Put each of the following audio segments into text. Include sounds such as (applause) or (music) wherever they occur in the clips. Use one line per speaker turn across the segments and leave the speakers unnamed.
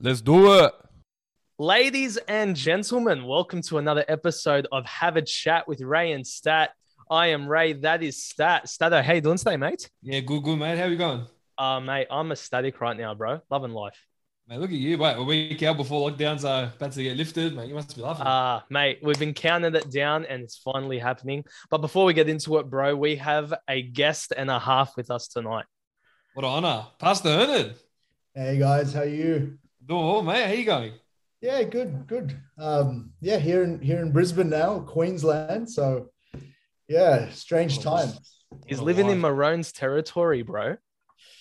Let's do it.
Ladies and gentlemen, welcome to another episode of Have a Chat with Ray and Stat. I am Ray. That is Stat. Stato, how you doing today, mate?
Yeah, good, good, mate. How you going?
Uh, mate, I'm ecstatic right now, bro. Loving life.
Mate, look at you. Wait, a week out before lockdowns are about to get lifted, mate. You must be laughing.
Ah, mate, we've been counting it down and it's finally happening. But before we get into it, bro, we have a guest and a half with us tonight.
what an honor. Pastor Hernan.
Hey guys, how you?
Doing well, mate. How you going?
Yeah, good, good. Um, yeah, here in here in Brisbane now, Queensland. So, yeah, strange times.
He's
What a
living in
life.
Maroon's territory, bro.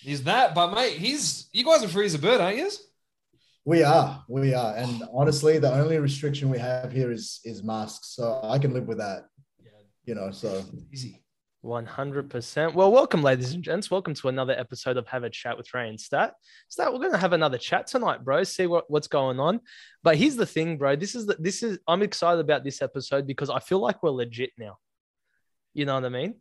He's that, but mate, he's you guys are free as a bird, aren't you?
We are, we are, and honestly, the only restriction we have here is is masks. So I can live with that. You know, so
Easy.
100%. Well, welcome, ladies and gents. Welcome to another episode of Have a Chat with Ray and Stat. Stat, we're going to have another chat tonight, bro. See what, what's going on. But here's the thing, bro. This is the, this is I'm excited about this episode because I feel like we're legit now. You know what I mean?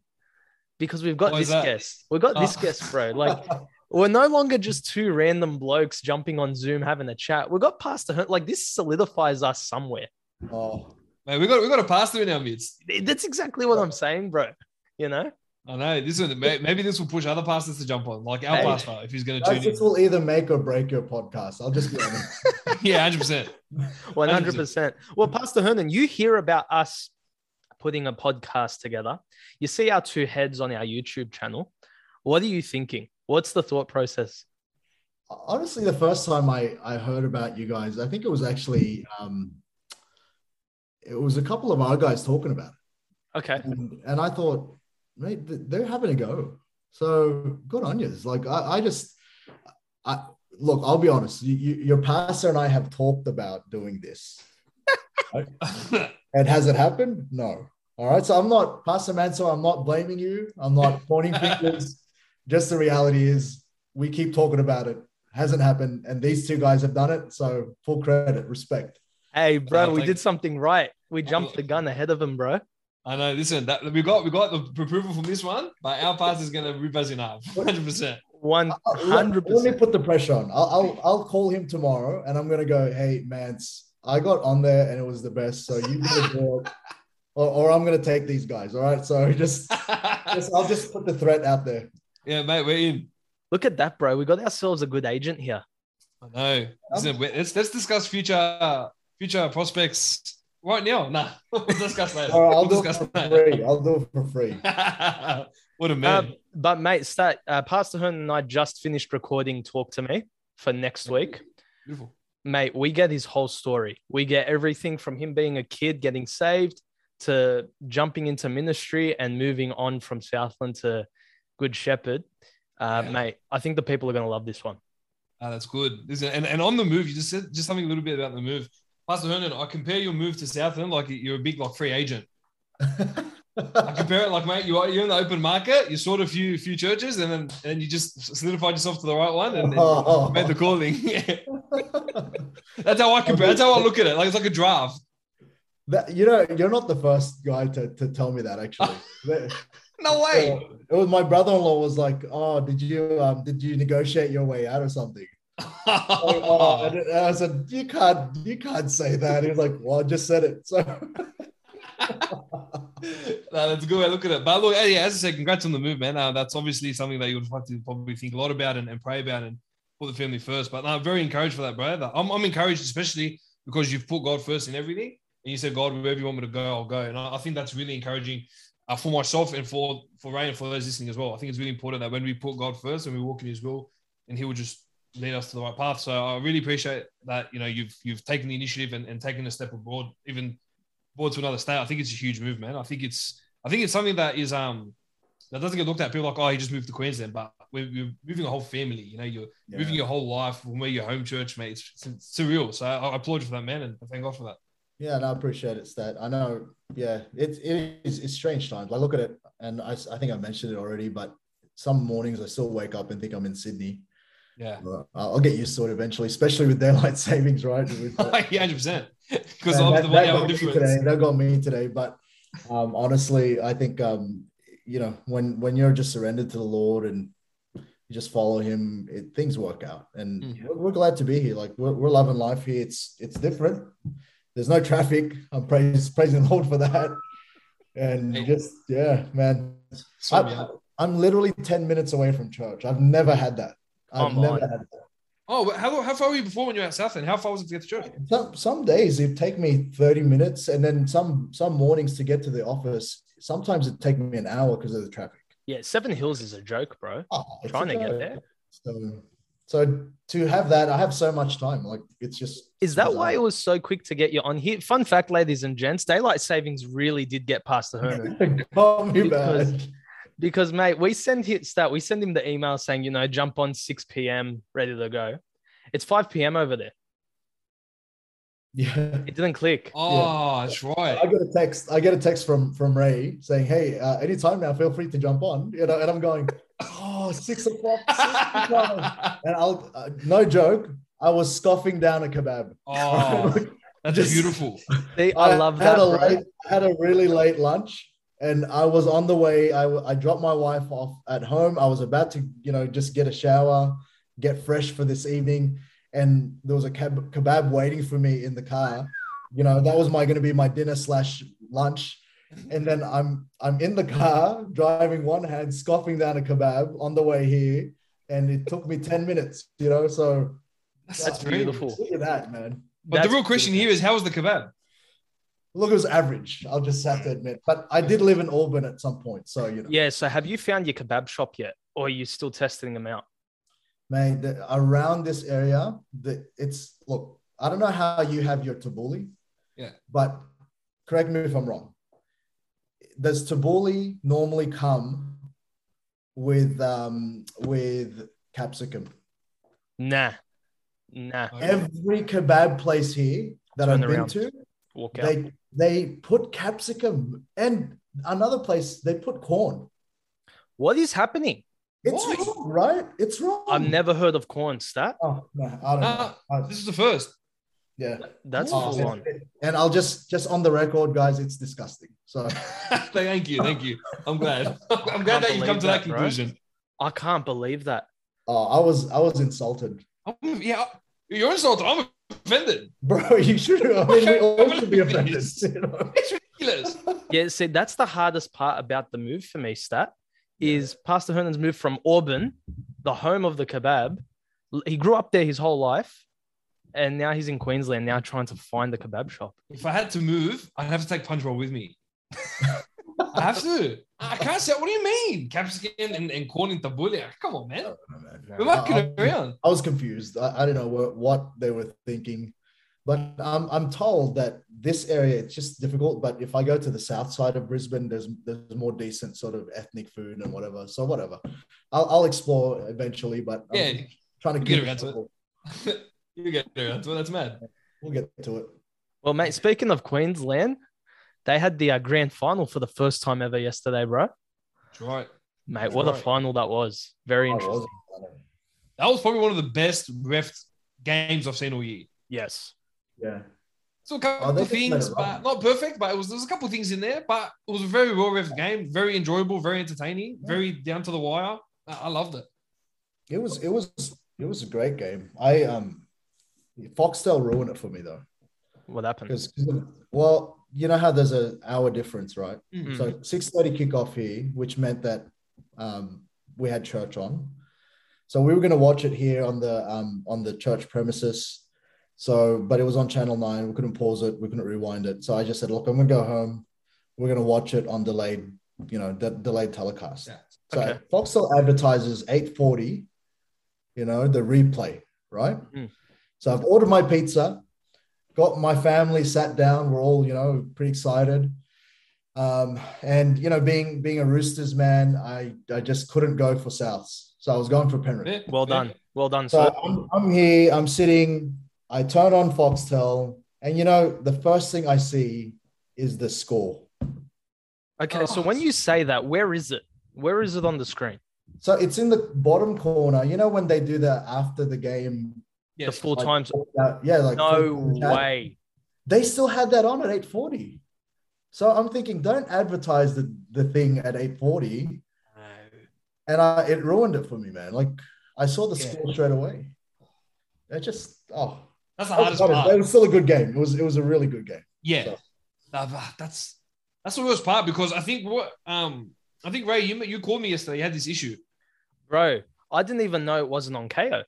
Because we've got
Why is
this
that?
guest. We've got this
Oh. (laughs)
guest, bro. Like we're no longer just two random blokes jumping on Zoom having a chat. We've got past the like this solidifies us somewhere.
(laughs) oh,
Mate, we got we got a pastor in our midst.
That's exactly what I'm saying, bro. You know?
I know this one. may- Maybe this will push other pastors to jump on, like our
Hey.
pastor, if he's going to
guys,
tune in.
this will either make or break your podcast. I'll just be honest. (laughs)
yeah, hundred percent. (laughs)
One hundred percent. Well, Pastor Hernan, you hear about us putting a podcast together. You see our two heads on our YouTube channel. What are you thinking? What's the thought process?
honestly, the first time I I heard about you guys, I think it was actually um, it was a couple of our guys talking about it.
Okay.
and, and I thought, mate, th- they're having a go. So good on you. Like I, I just, I look. I'll be honest. You, you, your pastor and I have talked about doing this, and has it happened? No. All right. So I'm not Pastor Manso. I'm not blaming you. I'm not pointing fingers. Just the reality is, we keep talking about it. Hasn't happened, and these two guys have done it. So full credit, respect.
Hey, bro,
Uh,
we
thank-
did something right. We jumped the gun ahead of him, bro.
I know. Listen, that we got we got the approval from this one, but our pastor's going to rip us in half. (laughs) Hundred percent.
One
I'll- let-
hundred
Let me
percent.
put the pressure on. I'll, I'll I'll call him tomorrow, and I'm gonna go. Hey, Mance, I got on there, and it was the best. So you need
(laughs)
to walk, or, or I'm gonna take these guys. All right. So (laughs) just, just I'll just put the threat out there.
Yeah, mate, we're in.
Look at that, bro. We got ourselves a good agent here.
I know.
Um,
Listen, we- let's let's discuss future uh, future prospects right now. Nah, (laughs) we'll
(laughs)
discuss later.
All right, I'll
we'll
do it
discuss
for
later.
free. I'll do it for free.
(laughs) what a
Uh,
man!
Um,
but mate, start, uh, Pastor Hernan and I just finished recording "Talk to Me" for next week.
Beautiful.
mate, we get his whole story. We get everything from him being a kid getting saved to jumping into ministry and moving on from Southland to Good Shepherd. Uh,
Yeah.
Mate, I think the people are going to love this one.
Ah, that's good. Listen, and, and on the move, you just said just something a little bit about the move. Pastor Hernan, I compare your move to Southland like you're a big like free
(laughs)
agent. I compare it like mate, you are you're in the open market, you sort a few few churches, and then and you just solidified yourself to the right one
(laughs)
and, and
Oh.
made the calling. (laughs) Yeah. That's how I compare. That's how I look at it. Like it's like a draft.
(laughs) That- you know, you're not the first guy to, to tell me that
(laughs)
actually. That-
No way.
It was my brother-in-law was like, "Oh, did you um, did you negotiate your way out or something?" Oh, oh,
(laughs)
and I said, you can't, you can't say that. He was like, well, I just said it. So
No, that's a good way to look at it. But look, yeah, as I said, congrats on the move, man. Uh, that's obviously something that you would like to probably think a lot about and, and pray about and put the family first. But no, I'm very encouraged for that, bro. That- I'm, I'm encouraged, especially because you've put God first in everything. And you said, God, wherever you want me to go, I'll go. And I, I think that's really encouraging uh, for myself and for, for Ray and for those listening as well. I think it's really important that when we put God first and we walk in his will, and he will just lead us to the right path. So I really appreciate that, you know, you've you've taken the initiative and, and taken a step abroad, even board to another state. I think it's a huge move, man. I think it's I think it's something that is um that doesn't get looked at. People are like, oh, he just moved to Queensland, but we're, we're moving a whole family. You know, you're moving your whole life from where your home church, mate. It's, it's surreal. So I, I applaud you for that, man, and thank God for that.
yeah, and I appreciate it, Stat. I know, yeah, it's it is it's strange times. I look at it, and I, s- I think I mentioned it already, but some mornings I still wake up and think I'm in Sydney.
Yeah, (laughs)
Well, I'll I'll get used to it eventually, especially with daylight (laughs) savings, right? With the-
yeah, hundred percent. Because
Man,
of
that,
the
that
one hour
got me
difference.
today. That got me today. But um, honestly, I think um, you know when when you're just surrendered to the Lord and you just follow him. It, things work out, and
Mm.
we're, we're glad to be here. Like we're, we're loving life here. It's it's different. There's no traffic. I'm praise, praising the Lord for that. And
Hey.
just yeah, man.
So, yeah.
I, I'm literally ten minutes away from church. I've never had that. I've
Come
never
on.
had that.
Oh, but how, how far were you before when you were at Southend? How far was it to get to church?
Some some days it take me 30 minutes and then some some mornings to get to the office. Sometimes it take me an hour because of the traffic.
Yeah, Seven Hills is a joke, bro.
Oh, it's
Trying to
a
get
joke.
there.
So so to have that, I have so much time. Like it's just
Is that
bizarre.
why it was so quick to get you on here? Fun fact, ladies and gents, daylight savings really did get past the Herman.
(laughs) Call me
Because-
back.
because mate, we send him stat. We send him the email saying, you know, jump on 6 p.m. ready to go. It's 5 p.m. over there.
(laughs) Yeah.
It didn't click.
Oh, that's
I (laughs)
right.
get a text. I get a text from from Ray saying, "Hey, uh, anytime now, feel free to jump on." You know, and I'm going, "Oh, six o'clock." Six o'clock. and I'll uh, no joke. I was scoffing down a kebab. (laughs)
oh, that's
Just-
beautiful.
See, I love that.
Had a
bro.
late, had a really late lunch, and I was on the way. I, w- I dropped my wife off at home. I was about to, you know, just get a shower, get fresh for this evening, and there was a keb- kebab waiting for me in the car. You know, that was my going to be my dinner slash lunch. And then I'm I'm in the car driving one hand, scoffing down a kebab on the way here, and it took me ten minutes. You know, so
That's,
That's
great.
beautiful.
look at that, man.
But
That's
the real question
beautiful.
here is how was the kebab?
Look, it was average. I'll just have to admit. But I did live in Auburn at some point. So, you know,
Mm. Yeah. So have you found your kebab shop yet? Or are you still testing them out?
man, the, around this area, the, it's look, I don't know how you have your tabbouleh.
Yeah.
But correct me if I'm wrong. Does tabbouleh normally come with um, with capsicum?
Nah. Nah.
Every kebab place here that
Oh, Turn
I've been
around.
to,
Walk out.
they they put capsicum, and another place they put corn.
What is happening?
It's
Why?
wrong, right? It's wrong.
I've never heard of corn stat.
Oh no, I don't know.
Ah.
I-
This is the first.
yeah.
That's
Oh,
full on.
And I'll just just on the record, guys, it's disgusting. So
(laughs) thank you, thank you. I'm (laughs) glad. I'm glad that you've come
believe
to that,
that, bro.
conclusion.
I can't believe that.
oh, I was I was insulted. (laughs)
I'm- yeah, you're insulted. I'm offended.
Bro, you should I mean we all should
(laughs)
be offended.
Yes.
you know?
It's ridiculous.
Yeah, see, that's the hardest part about the move for me, Stat, is Pastor Hernan's move from Auburn, the home of the kebab. L- He grew up there his whole life, and now he's in Queensland, now trying to find the kebab shop.
If I had to move, I'd have to take punch roll with me. (laughs) I have to. I can't say. What do you mean, capsicum and, and corn in tabbouleh? Come on, man. We're mucking around.
I was confused. I, I don't know what, what they were thinking. But um, I'm told that this area it's just difficult. But if I go to the south side of Brisbane, there's there's more decent sort of ethnic food and whatever. So whatever, I'll, I'll explore eventually. But I'm
Yeah.
trying to
We'll get
keep
around to it.
simple.
(laughs) you get around. to it. That's mad.
We'll get to it.
Well, mate, speaking of Queensland, they had the uh, grand final for the first time ever yesterday, bro.
That's right.
Mate, what a
Right.
final that was. Very
I
interesting.
was- I don't know.
That was probably one of the best ref games I've seen all year.
Yes.
Yeah.
So a couple
Oh, they
of
just let
things,
it
but
run.
not perfect. But it was there was a couple of things in there. But it was a very well ref game, very enjoyable, very entertaining, very down to the wire. I, I loved it.
It was it was it was a great game. I um Foxtel ruined it for me though.
What happened?
Because well, you know how there's an hour difference, right?
Mm.
So 6:30 kickoff here, which meant that um we had church on. So we were gonna watch it here on the um on the church premises. So, but it was on channel nine. We couldn't pause it, we couldn't rewind it. So I just said, look, I'm gonna go home. We're gonna watch it on delayed, you know, de- delayed telecast.
Yeah.
So
Okay.
Foxtel advertises 840, you know, the replay, right?
Mm.
So I've ordered my pizza, got my family sat down, we're all, you know, pretty excited. Um, and you know, being being a Roosters man, I I just couldn't go for Souths. So I was going for Penrith.
Yeah,
Well
yeah.
done. Well done,
So
sir.
I'm, I'm here, I'm sitting, I turn on Foxtel, and you know, the first thing I see is the score.
Okay, so
Oh.
when you say that, where is it? Where is it on the screen?
So it's in the bottom corner. You know when they do the after the game
The
Yes.
full
Like,
times.
uh, yeah, like
No
that-
way.
They still had that on at 840. So I'm thinking, don't advertise the, the thing at 840. and I, it ruined it for me, man. Like I saw the
Yeah.
score straight away. It just oh,
That's the
that was,
hardest part.
it was still a good game. It was it was a really good game.
Yeah,
So-
Nah, but that's that's the worst part because I think what um I think Ray, you you called me yesterday. You had this issue.
bro. I didn't even know it wasn't on KO. For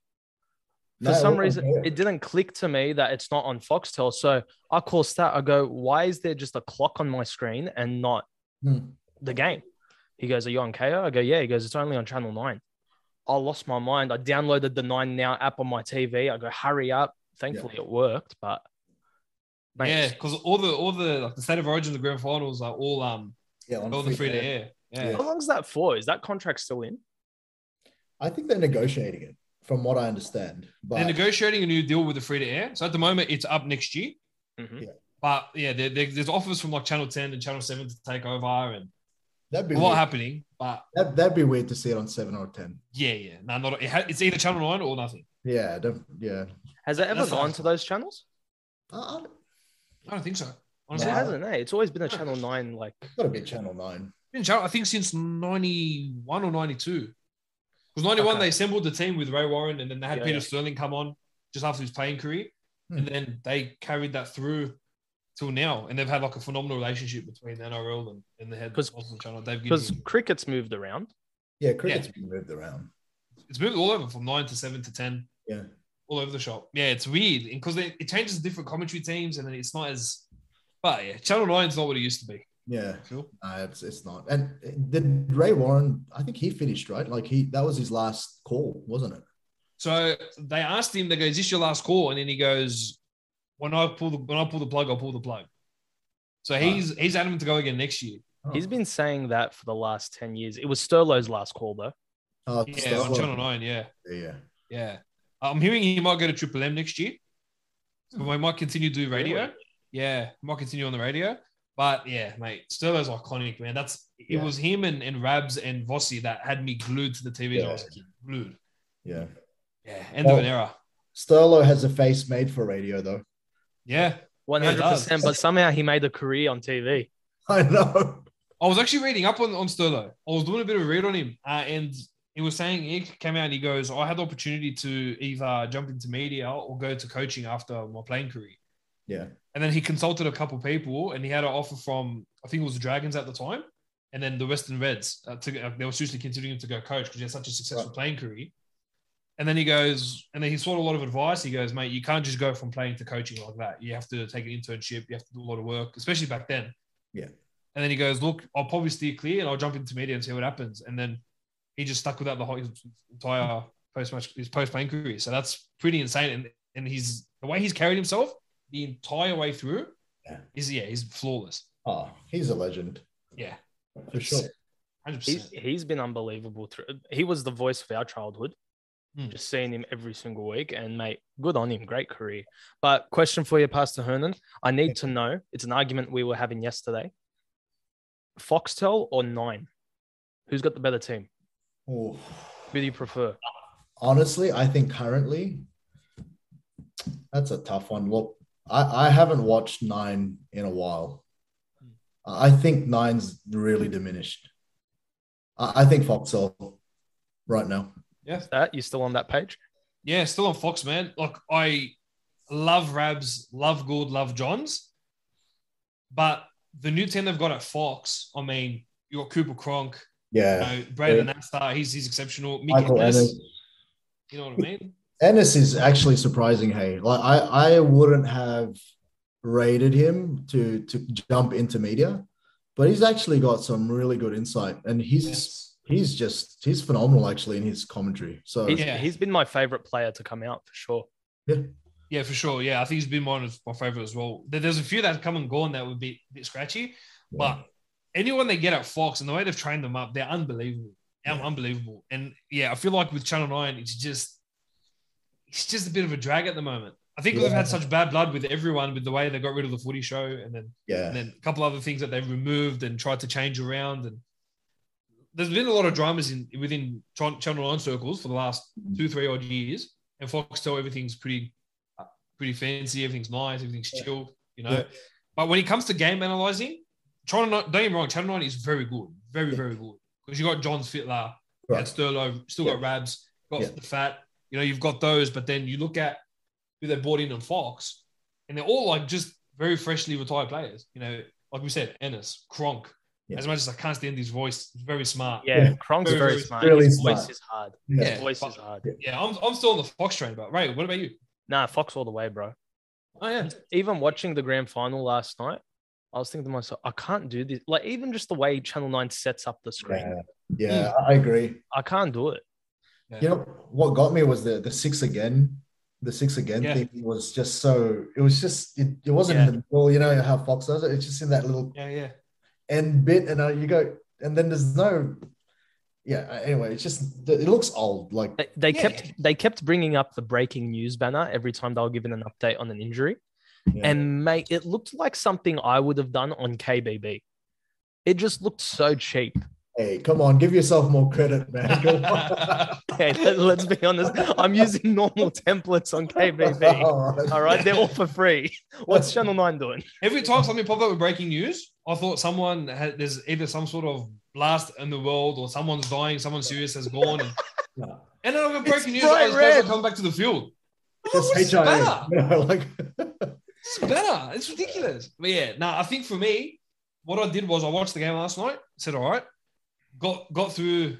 No, it
some
wasn't
reason,
fair.
it didn't click to me that it's not on Foxtel. So I call Stat. I go, why is there just a clock on my screen and not
Hmm.
the game? He goes, are you on KO? I go, yeah. He goes, it's only on Channel 9. I lost my mind. I downloaded the 9 Now app on my TV. I go, hurry up. Thankfully, it worked. But, mate,
Yeah, because all the all the like the state of origin, the grand finals are all um
yeah, on
all the free to
to air.
air. Yeah.
Yeah.
how long's that for? Is that contract still in?
I think they're negotiating it, from what I understand. But
They're negotiating a new deal with the free to air. So at the moment, it's up next year.
Mhm.
Yeah.
But yeah, there, there- there's offers from like Channel 10 and Channel 7 to take over and
that'd be
a lot
weird.
happening. But
That, that'd be weird to see it on seven or ten.
yeah, yeah. No, not, it ha- it's either Channel 9 or nothing.
Yeah, don't, yeah.
Has it ever
That's
gone
nice.
to those channels?
I, I,
I don't think so.
It
Honestly,
No.
I
hasn't, eh? It's always been a Channel 9, like,
(laughs)
it's gotta be Channel Nine.
been Channel, I think since 91 or 92. Because 91,
Okay.
they assembled the team with Ray Warren and then they had
Yeah,
Peter
yeah.
Sterling come on just after his playing career.
Hmm.
And then they carried that through till now. And they've had like a phenomenal relationship between the NRL and, and the head
'Cause-
Austin Channel. They've given
because cricket's moved around.
Yeah, cricket's been moved around.
it's moved all over from nine to seven to ten,
Yeah.
all over the shop. Yeah, it's weird because it changes different commentary teams, and then it's not as. But yeah, Channel Nine's not what it used to be.
Yeah.
Cool.
No, it's it's not. And did Ray Warren? I think he finished right. Like he that was his last call, wasn't it?
So they asked him. They go, "Is this your last call?" And then he goes, "When I pull the when I pull the plug, I'll pull the plug." So he's he's adamant to go again next year.
He's been saying that for the last 10 years. It was Sturlow's last call, though.
Oh,
Yeah,
Star
on
Wars.
Channel Nine. Yeah,
Yeah.
yeah. I'm hearing he might go to Triple M next year. So we might continue to do radio.
Really?
Yeah, might continue on the radio. But yeah, mate, Sterlo's iconic, man. That's it
Yeah.
was him and, and Rabs and Vossi that had me glued to the TV. I
Yeah.
was like, glued.
Yeah.
Yeah, end of
Well-
an era.
Sterlo has a face made for radio, though. (laughs)
Yeah.
100%.
does.
But somehow he made a career on TV.
I know.
I was actually reading up on, on Sterlo. I was doing a bit of a read on him. Uh, and he was saying he came out and he goes, I had the opportunity to either jump into media or go to coaching after my playing career.
Yeah.
And then he consulted a couple people, and he had an offer from I think it was the Dragons at the time, and then the Western Reds. Uh, to, uh, they were seriously considering him to go coach because he had such a successful
Right.
playing career. And then he goes, and then he sought a lot of advice. He goes, mate, you can't just go from playing to coaching like that. You have to take an internship. You have to do a lot of work, especially back then.
Yeah.
And then he goes, look, I'll probably steer clear, and I'll jump into media and see what happens. And then he just stuck with that the whole his entire post match his post playing career. So that's pretty insane. And and he's the way he's carried himself the entire way through
Yeah.
is yeah, he's flawless.
Oh, he's a legend
Yeah,
for sure.
hundred
He's,
percent.
he's been unbelievable. Through, he was the voice of our childhood.
Mm.
Just seeing him every single week. And, mate, good on him. Great career. But, question for you, Pastor Hernan. I need to know it's an argument we were having yesterday Foxtel or Nine? Who's got the better team?
Oh.
Who do you prefer?
Honestly, I think currently that's a tough one. Look, I, I haven't watched Nine in a while. I I think Nine's really diminished. I, I think Foxhole right now.
That you still on that page?
Yeah, still on Fox, man. Like I love Rabs, love Gould, love Johns, but the new team they've got at Fox. I mean, you got Cooper Cronk, you
Yeah.
know, Braden Astar. He's he's exceptional. Mickey
Michael
Ennis,
Ennis.
You know what I mean?
Ennis is actually surprising. Hey, like I, I wouldn't have rated him to to jump into media, but he's actually got some really good insight, and he's he's just he's phenomenal actually in his commentary. So
He's,
Yeah.
he's been my favorite player to come out for sure.
Yeah, for sure. Yeah, I think he's been one of my favorite as well. There- There's a few that have come and gone that would be a bit scratchy, but anyone they get at Fox and the way they've trained them up, they're unbelievable. Um,
Yeah.
Unbelievable. And yeah, I feel like with Channel 9, it's just it's just a bit of a drag at the moment. I think they've
Yeah.
had such bad blood with everyone with the way they got rid of the footy show and then
yeah,
and then a couple other things that they've removed and tried to change around. And there's been a lot of dramas in within Ch- Channel Nine circles for the last two, three odd years. And Foxtel, everything's pretty, pretty fancy. Everything's nice. Everything's
Yeah.
chill. You know.
Yeah.
But when it comes to game analyzing, Channel Nine, don't get me wrong, Channel Nine is very good, very
Yeah.
very good because you got John Fitler, Right.
Right.
Got Sterlo, still got Rabs, got
Yeah.
the fat. You know, you've got those, but then you look at who they bought in on Fox, and they're all like just very freshly retired players. You know, like we said, Ennis, Kronk.
Yeah.
As much as I can't stand his voice, he's very smart.
Yeah,
Yeah.
Kronk's
Very,
very,
very
smart.
really
His voice
smart.
is hard.
Yeah.
His voice
but-
is hard.
yeah, I'm, I'm still on the Fox train, but right, what about you?
Nah, Fox all the way, bro.
Oh yeah,
Even watching the grand final last night, I was thinking to myself, I can't do this. Like even just the way Channel Nine sets up the screen,
Yeah, yeah,
mm.
I agree.
I can't do it.
You know what got me was the the six again, the six again
Yeah.
thing was just so. It was just it, it wasn't in the middle. You know how Fox does it. It's just in that little
yeah, yeah.
end bit, and uh, you go, and then there's no. Yeah. uh, Anyway, it's just it looks old. Like
They, they
Yeah.
kept they kept bringing up the breaking news banner every time they were given an update on an injury,
Yeah.
and mate, it looked like something I would have done on KBB. It just looked so cheap. (laughs)
Hey, come on, give yourself more
(laughs)
credit, man. Come on. (laughs)
Okay, let, let's be honest. I'm using normal templates on KBB.
(laughs) All right.
All right, they're all for free. What's Channel Nine doing?
Every time something popped up with breaking news, I thought someone had there's either some sort of blast in the world or someone's dying, someone serious has
(laughs)
gone. And,
No,
and then I got breaking news,
It's
I
bright
was supposed
red.
to come back to the field.
(laughs) Just
What's
HIA,
better?
you know, (laughs) like
It's better. It's ridiculous. But yeah, no, I think for me, what I did was I watched the game last night, said all right, got got through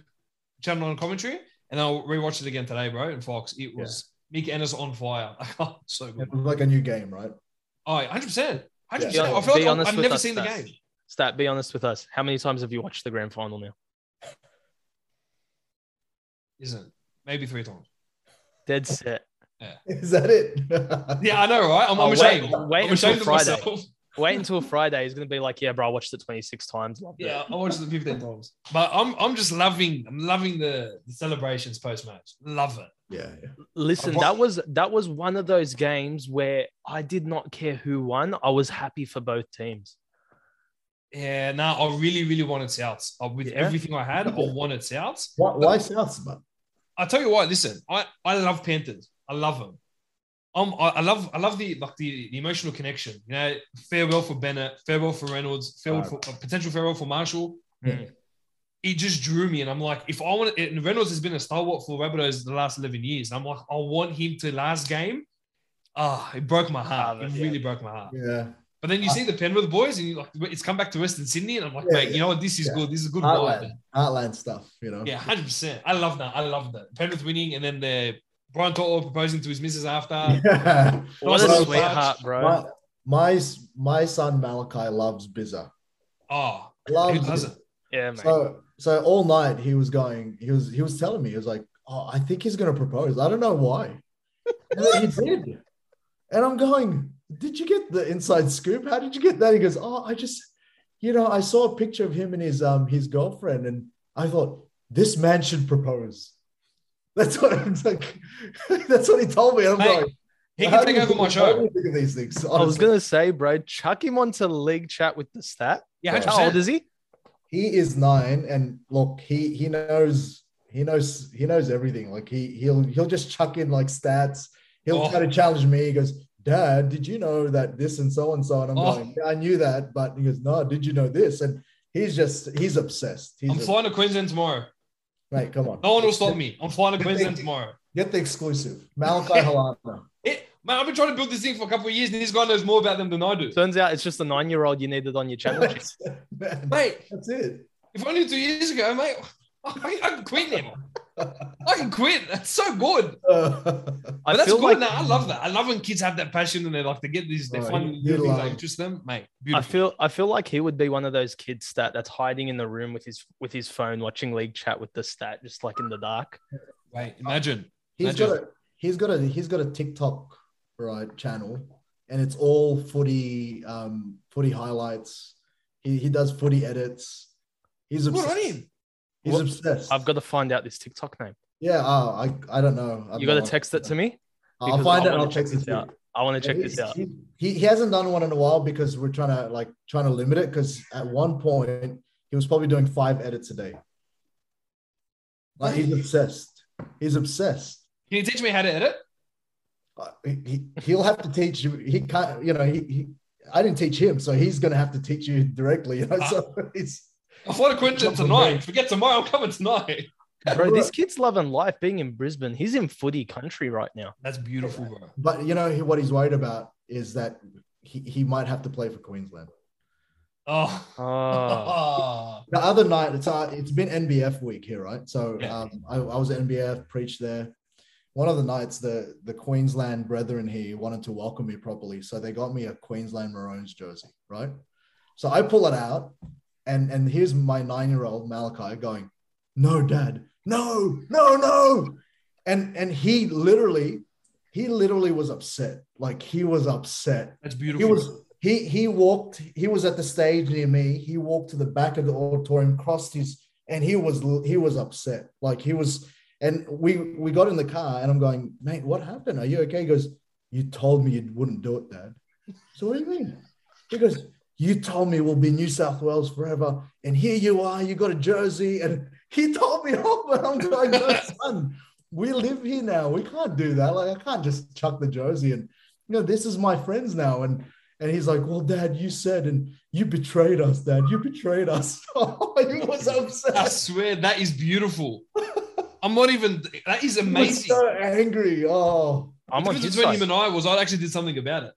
channel on commentary, and I'll rewatch it again today, bro. And Fox, it was Mick Ennis on fire. (laughs) so good.
it was like a new game, right? (laughs)
Oh, 100 percent. 100
Yeah.
percent. I
Be
feel like
honest
I've, I've
with
never
us,
seen the
Stas.
game.
Stat, be honest with us. How many times have you watched the grand final now?
Isn't it? maybe three times.
Dead set.
Is that it? (laughs)
Yeah, I know, right? I'm,
Oh,
I'm
wait-
ashamed.
wait
I'm
until
ashamed of
Friday.
myself.
Wait until Friday. He's gonna be like, yeah, bro, I watched it 26 times. Loved
(laughs)
it."
Yeah, I watched it 15 times. But I'm I'm just loving I'm loving the, the celebrations post match. Love it.
yeah. yeah.
I
Listen,
wa-
that was that was one of those games where I did not care who won. I was happy for both teams.
Yeah, no, I really, really wanted Souths. Uh, With
Yeah.
everything I had, I wanted Souths.
Why, why Souths, man?
I tell you what, listen, I, I love Panthers. I love them. Um, I, I love I love the like the, the emotional connection. You know, farewell for Bennett, farewell for Reynolds, farewell for, uh, potential farewell for Marshall.
Hmm.
Mm.
It just drew me, and I'm like, if I want, and Reynolds has been a stalwart for Rabbitohs the last eleven years. I'm like, I want him to last game. Ah, it broke my heart.
Harvard,
It
yeah.
really broke my heart.
Yeah.
But then you see the Penrith boys, and you like, it's come back to Western Sydney, and I'm like,
Ah. Yeah,
mate, you know what? This is
yeah.
good. This is a good vibe.
Heartland, Heartland stuff, you
(laughs)
know? (laughs)
Yeah, hundred percent. I love that. I love that. Penrith winning, and then the Brian Toto proposing to his missus after.
Yeah.
What
Well,
a
so
sweetheart, bro.
My, my, my son Malachi loves Bizza.
Oh, who
Loves
doesn't?
Yeah,
it.
mate.
So, so all night he was going, he was, he was telling me, he was like, oh, I think he's going to propose. I don't know why. And then he did. And I'm going, did you get the inside scoop? How did you get that? He goes, oh, I just, you know, I saw a picture of him and his, um, his girlfriend. And I thought this man should propose. (laughs) That's what I'm like. (laughs) that's what he told me. I'm
Mate,
going,
He
How
can
do
take
you
over
think-
my
how do
show.
you think of these things?
I was
Honestly.
gonna say, bro, chuck him onto league chat with the stat.
Yeah,
How
hundred
How old
percent.
Oh, is he?
He is nine, and look, he he knows he knows he knows everything. Like he he'll he'll just chuck in like stats. He'll
Oh.
try to challenge me. He goes, "Dad, did you know that this and so and so?" And I'm
Oh.
going, "Yeah, "I knew that," but he goes, "No, did you know this?" And he's just he's obsessed. He's
I'm
a-
flying to Queensland tomorrow.
mate. Come on,
No one will stop me. I'm flying to
(laughs)
Queensland tomorrow.
Get the exclusive,
(laughs)
Malachi Halana.
It, man, I've been trying to build this thing for a couple of years, and this guy knows more about them than I do.
Turns out it's just a nine-year-old you needed on your channel.
That's, (laughs) man,
Mate,
that's it. (laughs)
if only two years ago, mate, (laughs) I, I can quit now. I can quit. That's so good. But
I
that's
feel
good.
like
now. I love that. I love when kids have that passion and they like they get these, they
Oh,
find
you-
new
you
things
love
that
it.
interest them, mate.
I
Beautiful.
feel I feel like he would be one of those kids stat that's hiding in the room with his with his phone watching league chat with the stat just like in the dark.
Wait, imagine.
He's
Imagine.
got a he's got a he's got a TikTok right channel, and it's all footy um footy highlights. He he does footy edits. He's
Good
obsessed.
on him.
He's
What-
obsessed.
I've got to find out this TikTok name.
yeah. Oh, I I don't know. I've
You got to
no
text it to
idea.
me.
I'll
because
find
I
it. and
wanna
I'll text
check
it
this
to
out.
you.
I want to check this
He's-
out.
He, he, he hasn't done one in a while because we're trying to like trying to limit it because at one point he was probably doing five edits a day. Like he's obsessed. He's obsessed.
Can you teach me how to edit?
Uh, he, he'll have to teach you. He can't, you know, he, he I didn't teach him, so he's going to have to teach you directly. You know, so it's
Oh, I fly to Queensland tonight. Forget tomorrow. I'm coming tonight.
Bro, this kid's loving life being in Brisbane. He's in footy country right now.
(laughs)
That's beautiful, bro.
But you know he- what he's worried about is that he, he might have to play for Queensland.
Oh. Ah.
Oh,
The other night, it's uh, it's been NBF week here, right? So
Yeah.
um, I, I was at NBF, preached there. One of the nights, the the Queensland brethren here wanted to welcome me properly, so they got me a Queensland Maroons jersey, right? So I pull it out, and and here's my nine year old Malachi going, "No, Dad, no, no, no," and and he literally, he literally was upset. Like he was upset
That's
he
beautiful.
was he he walked he was at the stage near me he walked to the back of the auditorium crossed his and he was he was upset like he was and we we got in the car and i'm going mate what happened are you okay he goes you told me you wouldn't do it dad so what do you mean he goes you told me we'll be new south wales forever and here you are you got a jersey and (laughs) he told me off and i'm going no son we live here now we can't do that like i can't just chuck the jersey and you know this is my friends now and and he's like, "Well, Dad, you said, and you betrayed us, Dad. You betrayed us." (laughs) Oh, he was
I
upset.
swear that is beautiful. I'm not even. That is
He was
amazing.
so angry. Oh, (laughs)
I'm
The
on
difference
his
between him
side.
and I was I actually did something about it.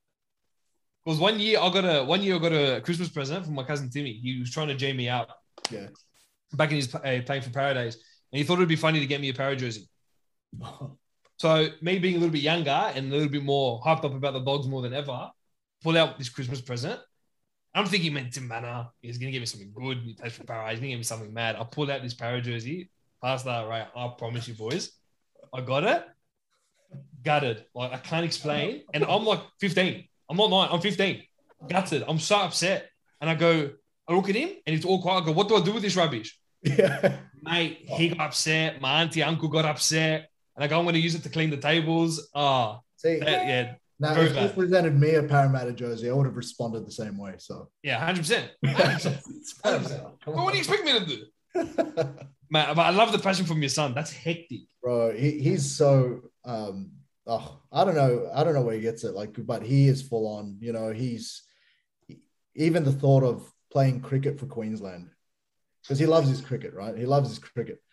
Because one year I got a one year I got a Christmas present from my cousin Timmy. He was trying to jam me out.
Yeah.
Back in his uh, playing for Paradise, and he thought it'd be funny to get me a para jersey. So me being a little bit younger and a little bit more hyped up about the dogs more than ever, pull out this Christmas present. I'm thinking, man, Tim Manor, he's gonna give me something good. He plays for Para, he's gonna give me something mad. I pulled out this Para jersey, passed that right. I promise you, boys, I got it. Gutted, like I can't explain. And I'm like 15. I'm not nine. I'm 15. Gutted. I'm so upset. And I go, I look at him, and it's all quiet. I go, what do I do with this rubbish?
yeah.
mate, he got upset. My auntie, uncle got upset. And I go, I'm going to use it to clean the tables. Ah,
See,
that- yeah,
now
very
if you
bad.
presented me a Parramatta jersey, I would have responded the same way.
(laughs)
So,
yeah, 100%. 100%.
Parramatta, come
Well, what do you expect me to do? Mate, but I love the passion from your son. That's hectic.
(laughs) bro, he, he's so. um Oh, I don't know. I don't know where he gets it. Like, but he is full on. You know, he's even the thought of playing cricket for Queensland because he loves his cricket, right? He loves his cricket.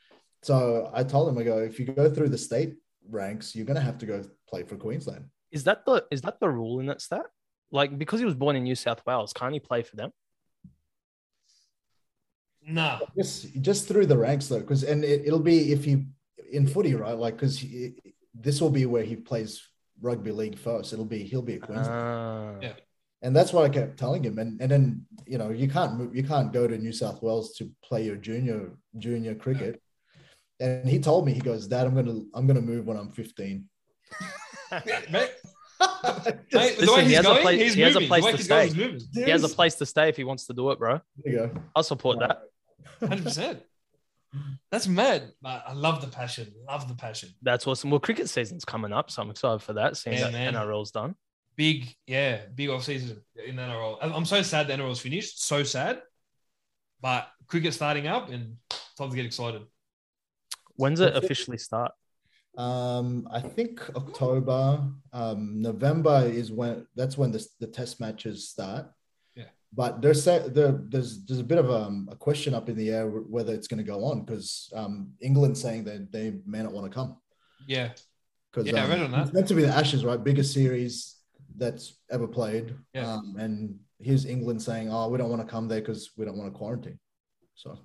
So I told him, I go, if you go through the state ranks, you're going to have to go play for Queensland.
Is that the is that the rule in that stat? Like because he was born in New South Wales, can't he play for them?
Nah, (laughs)
Just, just through the ranks though, because and it, it'll be if he in footy, right? Like, because this will be where he plays rugby league first. It'll be he'll be a Queensland.
Ah.
Yeah.
and that's what I kept telling him. And and then you know you can't move, you can't go to New South Wales to play your junior junior cricket. And he told me he goes, Dad, I'm gonna I'm gonna move when I'm 15.
mate.
(laughs) Just-
Mate, the
Listen,
way
he
he's
has a
going,
place-
he's
he has a
moving.
place
the way
to
he's going,
stay.
he's moving.
He has a place to stay if he wants to do it, bro.
there you go.
I'll support that.
100%. That's mad. Mate, I love the passion. Love the passion.
That's awesome. Well, cricket season's coming up, so I'm excited for that. Seeing
Yeah,
that
man.
NRL's done.
Big, yeah, big off season in the NRL. I'm I'm so sad the NRL's finished. So sad. But cricket starting up and time to get excited.
When's it
That's it.
officially start?
Um, I think October, um, November is when that's when the, the test matches start.
Yeah.
But there's sa- there, there's there's a bit of um, a question up in the air wh- whether it's going to go on because um, England's saying that they may not want to come
Yeah.
because
Yeah, I read on that.
um, it's meant to be the Ashes, right? Biggest series that's ever played.
Yeah.
Um, and here's England saying, "Oh, we don't want to come there because we don't want to quarantine." So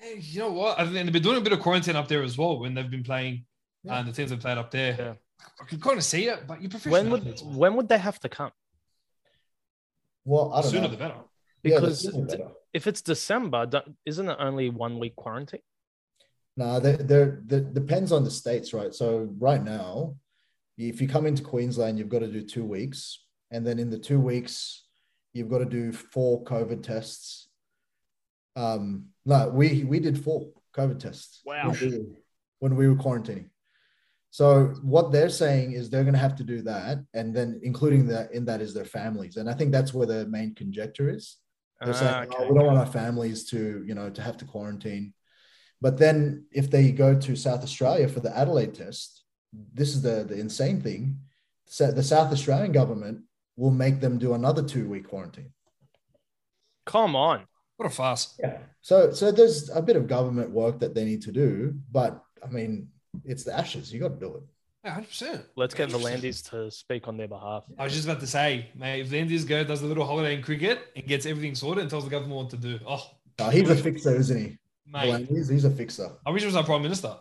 Hey, You know what? And they've been doing a bit of quarantine up there as well when they've been playing
Yeah.
and the teams have played up there.
Yeah.
I can kind of see it, but you're professional.
When would
athletes, man.
when would they have to come?
well, I don't
sooner
know.
the better.
Yeah, the
Because
sooner
d-
the better.
if it's December, don't- isn't it only one week quarantine?
No, they're, they're, they depends on the states, right? So right now, if you come into Queensland, you've got to do two weeks, and then in the two weeks, you've got to do four COVID tests. Um, no, we we did four COVID tests.
Wow.
When we, were- when we were quarantining. So what they're saying is they're going to have to do that, and then including that in that is their families, and I think that's where the main conjecture is. They're
Ah,
saying, "Oh,
okay.
we don't want our families to, you know, to have to quarantine. But then if they go to South Australia for the Adelaide test, this is the, the insane thing. So the South Australian government will make them do another two week quarantine.
Come on.
What a farce.
Yeah. So so there's a bit of government work that they need to do, but I mean, it's the Ashes. You got to do it.
Yeah, 100%.
Let's
(laughs)
get
100%.
Valandis to speak on their behalf.
I was just about to say, mate, if Landis go does a little holiday in cricket and gets everything sorted and tells the government what to do. Oh,
Uh, he's a fixer, isn't he?
mate.
He's, he's a fixer.
I wish it was our prime minister.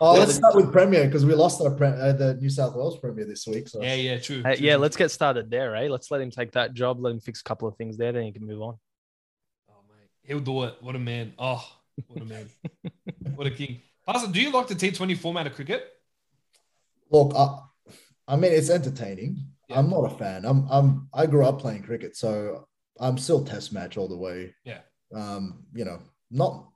Oh, let's start with Premier because we lost our pre- uh, the New South Wales Premier this week. So
Yeah, yeah, true.
Uh,
true.
yeah, let's get started there, eh? Let's let him take that job, let him fix a couple of things there, then he can move on.
Oh, mate. He'll do it. What a man. Oh, what a man. what a king. Pastor, do you like the T20 format of cricket?
look, I, I mean, it's entertaining.
Yeah.
I'm not a fan. I'm I'm I grew up playing cricket, so I'm still Test match all the way.
Yeah.
Um, you know, not.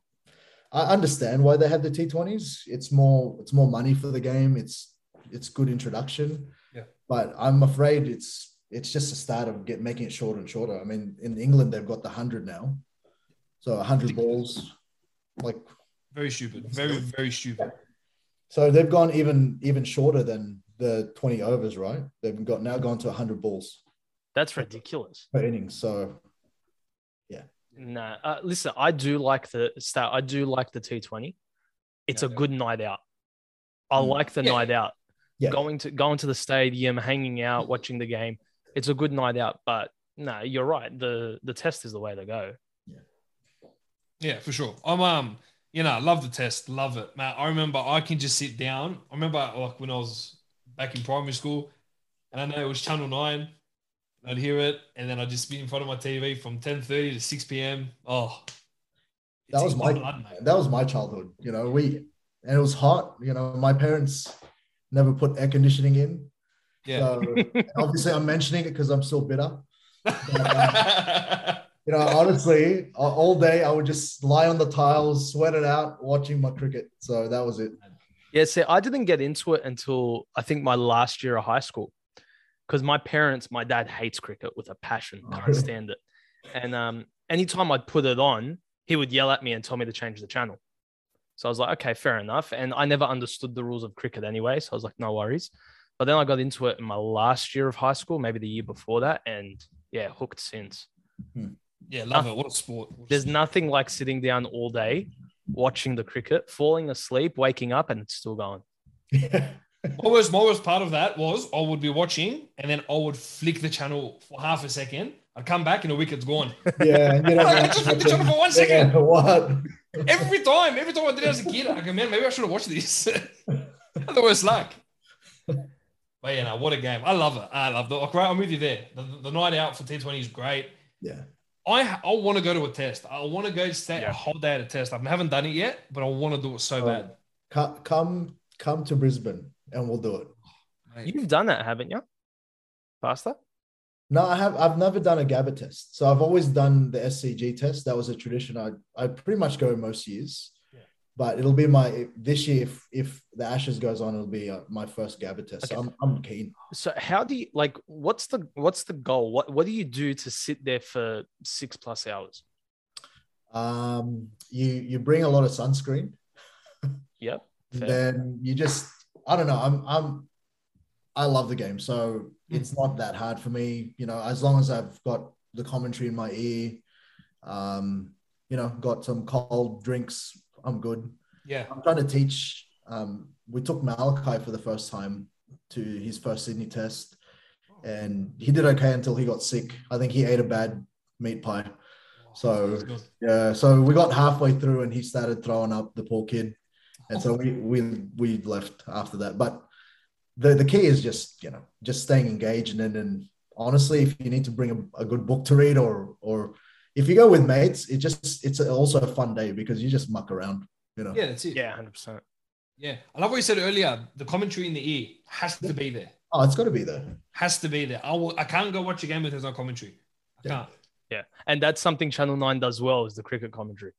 I understand why they have the T20s. It's more it's more money for the game. It's it's good introduction.
Yeah.
But I'm afraid it's it's just the start of get making it shorter and shorter. I mean, in England they've got the hundred now, so hundred balls. Like
Very stupid. Very, very stupid.
so they've gone even even shorter than the 20 overs, right? They've got now gone to 100 balls
That's ridiculous.
per innings. So
Nah, uh, listen, I do like the start. I do like the T20. It's a
Yeah.
good night out. I
Mm.
like the
Yeah.
night out.
Yeah.
Going to going to the stadium, hanging out, watching the game. It's a good night out, but no, you're right. The the test is the way to go.
Yeah, for sure. I'm um, you know, I love the test, love it, man. I remember I can just sit down. I remember like when I was back in primary school, and I know it was Channel Nine. I'd hear it, and then I'd just be in front of my TV from 10:30 to 6 p.m. Oh, it
That was
takes
my-
blood, mate.
that was my childhood. You know, we and it was hot. You know, my parents never put air conditioning in.
Yeah. (laughs)
So and obviously, I'm mentioning it because I'm still bitter.
yeah,
You know, honestly, a- all day I would just lie on the tiles, sweat it out, watching my cricket. So that was it.
Yeah, see, I didn't get into it until I think my last year of high school because my parents, my dad hates cricket with a passion,
Oh,
can't
really?
stand it. And um, anytime I'd put it on, he would yell at me and tell me to change the channel. So I was like, okay, fair enough. And I never understood the rules of cricket anyway. So I was like, no worries. But then I got into it in my last year of high school, maybe the year before that. And yeah, hooked since.
love it. What a sport. What a
There's
sport.
nothing like sitting down all day watching the cricket, falling asleep, waking up, and it's still going.
my worst, my worst part of that was I would be watching, and then I would flick the channel for half a second. I'd come back, and the wicket's gone.
(laughs) yeah, and you know,
I just flicked the channel for one second.
yeah, (laughs) what?
Every time, every time I did it as a kid, I go, man, maybe I should have watched this. (laughs) Had the worst luck. But yeah, no, what a game. I love it. I love it. Like, right, I'm with you there. The, the night out for T20 is great.
Yeah,
I I want to go to a test. I want to go stay
Yeah.
a whole day at a test. I haven't done it yet, but I want to do it so
Oh,
bad.
Co- come come to Brisbane and we'll do it.
mate.
You've done that, haven't you? Pasta?
No, I have. I've never done a GABA test, so I've always done the SCG test. That was a tradition. I I pretty much go most years,
Yeah.
but it'll be my this year. If if the Ashes goes on, it'll be uh, my first GABA test. So
Okay.
I'm I'm keen.
So how do you like what's the what's the goal? What what do you do to sit there for six plus hours?
Um, you you bring a lot of sunscreen. (laughs)
Yep. Fair.
Then you just I don't know. I'm I'm I love the game, so
Hmm.
it's not that hard for me. You know, as long as I've got the commentary in my ear, um, you know, got some cold drinks, I'm good.
Yeah.
I'm trying to teach. Um, we took Malachi for the first time to his first Sydney test, and he did okay until he got sick. I think he ate a bad meat pie. So yeah, so we got halfway through and he started throwing up the poor kid, and so we we we left after that. But the the key is just you know just staying engaged and and honestly, if you need to bring a, a good book to read or or if you go with mates, it just it's also a fun day because you just muck around. You know,
yeah, that's it.
Yeah, hundred percent.
Yeah. I love what you said earlier. The commentary in the ear has to be there.
oh, it's got to be there.
Has to be there. I will, I can't go watch a game if there's no commentary. I
Yeah.
can't.
Yeah. And that's something Channel Nine does well is the cricket commentary.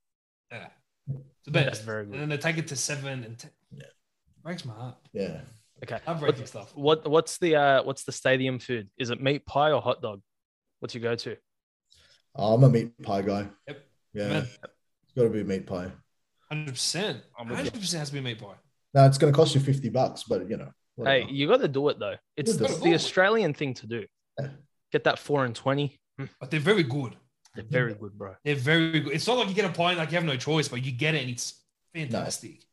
Yeah. It's the best.
That's very good.
And then they take it to seven and ten.
Yeah.
Breaks my heart.
Yeah.
Okay.
I love breaking stuff.
What what's the uh what's the stadium food? Is it meat pie or hot dog? What's your go to?
Oh, I'm a meat pie guy.
Yep.
Yeah.
Amen.
It's got to be meat pie.
Hundred percent.
I'm with you.
Hundred percent has to be meat pie.
Now it's going to cost you 50 bucks, but you know.
Hey,
whatever.
you gotta do it though. It's
Gotta
the,
do
the
it.
Australian thing to do.
Yeah.
Get that four and twenty.
But they're very good.
They're very good, bro.
They're very good. It's not like you get a pint like you have no choice, but you get it and it's fantastic.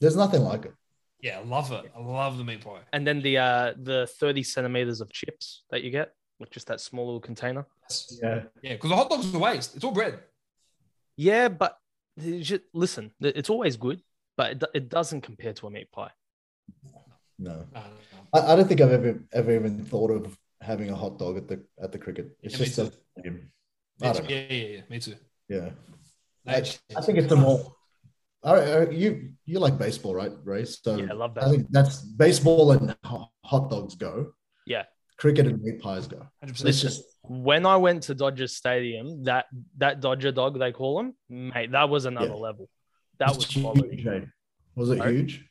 There's nothing like it.
Yeah, I love it. I love the meat pie.
And then the uh the 30 centimeters of chips that you get, with just that small little container.
Yeah.
Yeah, because the hot dog's a waste. It's all bread.
Yeah, but it's ju- listen, th- it's always good, but it, do- it doesn't compare to a meat pie.
No.
No, no, no.
I, I don't think I've ever ever even thought of having a hot dog at the at the cricket. It's
Yeah, me
just a, I
Me
don't
too.
know.
Yeah, yeah, yeah. Me too.
Yeah.
That shit.
I think it's a more. All right, all right, you you like baseball, right, Ray? So
Yeah, I love
I think that's baseball and ho- hot dogs go.
Yeah.
Cricket and meat pies go.
100%.
It's
Listen.
just
When I went to Dodger Stadium, that that Dodger dog they call him, mate, that was another
Yeah.
level. That
it's
was
huge,
quality.
eh? Was it
Sorry?
huge?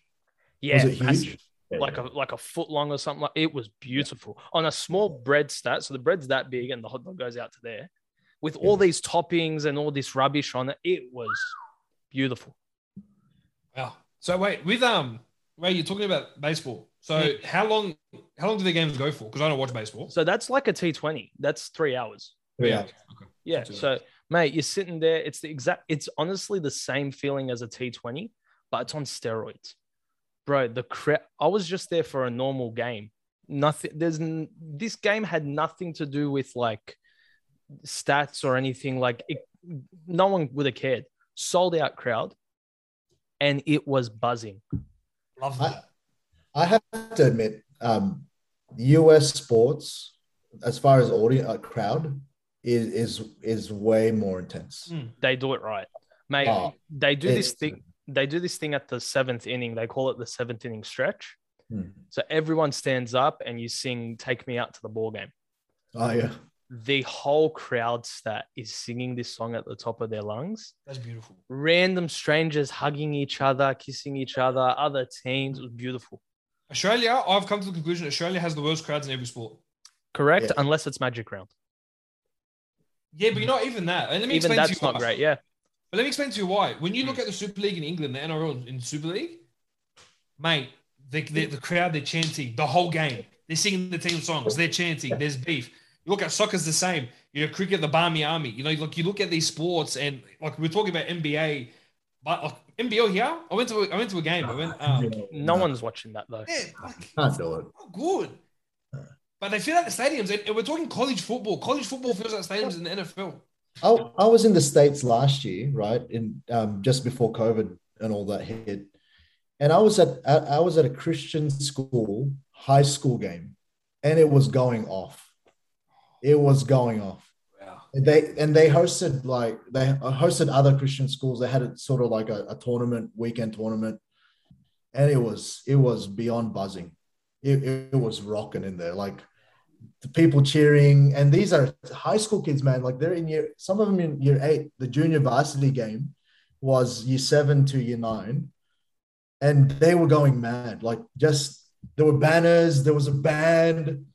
Yeah,
was it huge?
massive.
Yeah,
like a like a foot long or something. Like it was beautiful on a small bread stat. So the bread's that big, and the hot dog goes out to there, with all
Yeah.
these toppings and all this rubbish on it. It was beautiful.
Wow. So wait, with um Ray, you're talking about baseball. So how long how long do the games go for? Because I don't watch baseball.
So that's like a T twenty. That's three hours.
yeah.
Yeah.
Not too
So mate, you're sitting there. It's the exact. It's honestly the same feeling as a T twenty, but it's on steroids, bro. The crap. I was just there for a normal game. Nothing. There's n- this game had nothing to do with like stats or anything. Like it, no one would have cared. Sold out crowd, and it was buzzing.
Love
I-
that.
I have to admit, um, US sports, as far as audience uh, crowd, is is is way more intense.
They do it right, mate.
Oh,
they do this
it's-
thing. They do this thing at the seventh inning. They call it the seventh inning stretch.
Hmm.
So everyone stands up and you sing "Take Me Out to the Ball Game."
Oh yeah,
The whole crowd stat is singing this song at the top of their lungs.
That's beautiful.
Random strangers hugging each other, kissing each other, other teams. It was beautiful.
Australia, I've come to the conclusion Australia has the worst crowds in every sport.
Correct,
Yeah.
unless it's Magic Round.
Yeah, but you're not even that. And let me
Hmm. Even
explain to
that's
you
not
why.
great. Yeah, Hmm.
But let me explain to you why. When you look at the Super League in England, the NRL in Super League, mate, the, the,
Hmm.
the crowd, they're chanting the whole game. They're singing the team songs. They're chanting. There's beef. You look at soccer's the same. You know, cricket, the Barmy Army. You know, like you look at these sports and like we're talking about NBA, but like, NBL here, I went to a, I went to a game. I went, um,
no one's watching that though.
yeah, like,
can't do it.
not Oh, good. But they feel like the stadiums, and, and we're talking college football. College football feels like stadiums in the NFL.
I, I was in the states last year, right, in um, just before COVID and all that hit, and I was at I, I was at a Christian school high school game, and it was going off. It was going off.
Wow.
they and they hosted like they hosted other christian schools they had it sort of like a, a tournament weekend tournament and it was it was beyond buzzing it, it was rocking in there like the people cheering and these are high school kids man like they're in year some of them in year eight the junior varsity game was year seven to year nine and they were going mad like just there were banners there was a band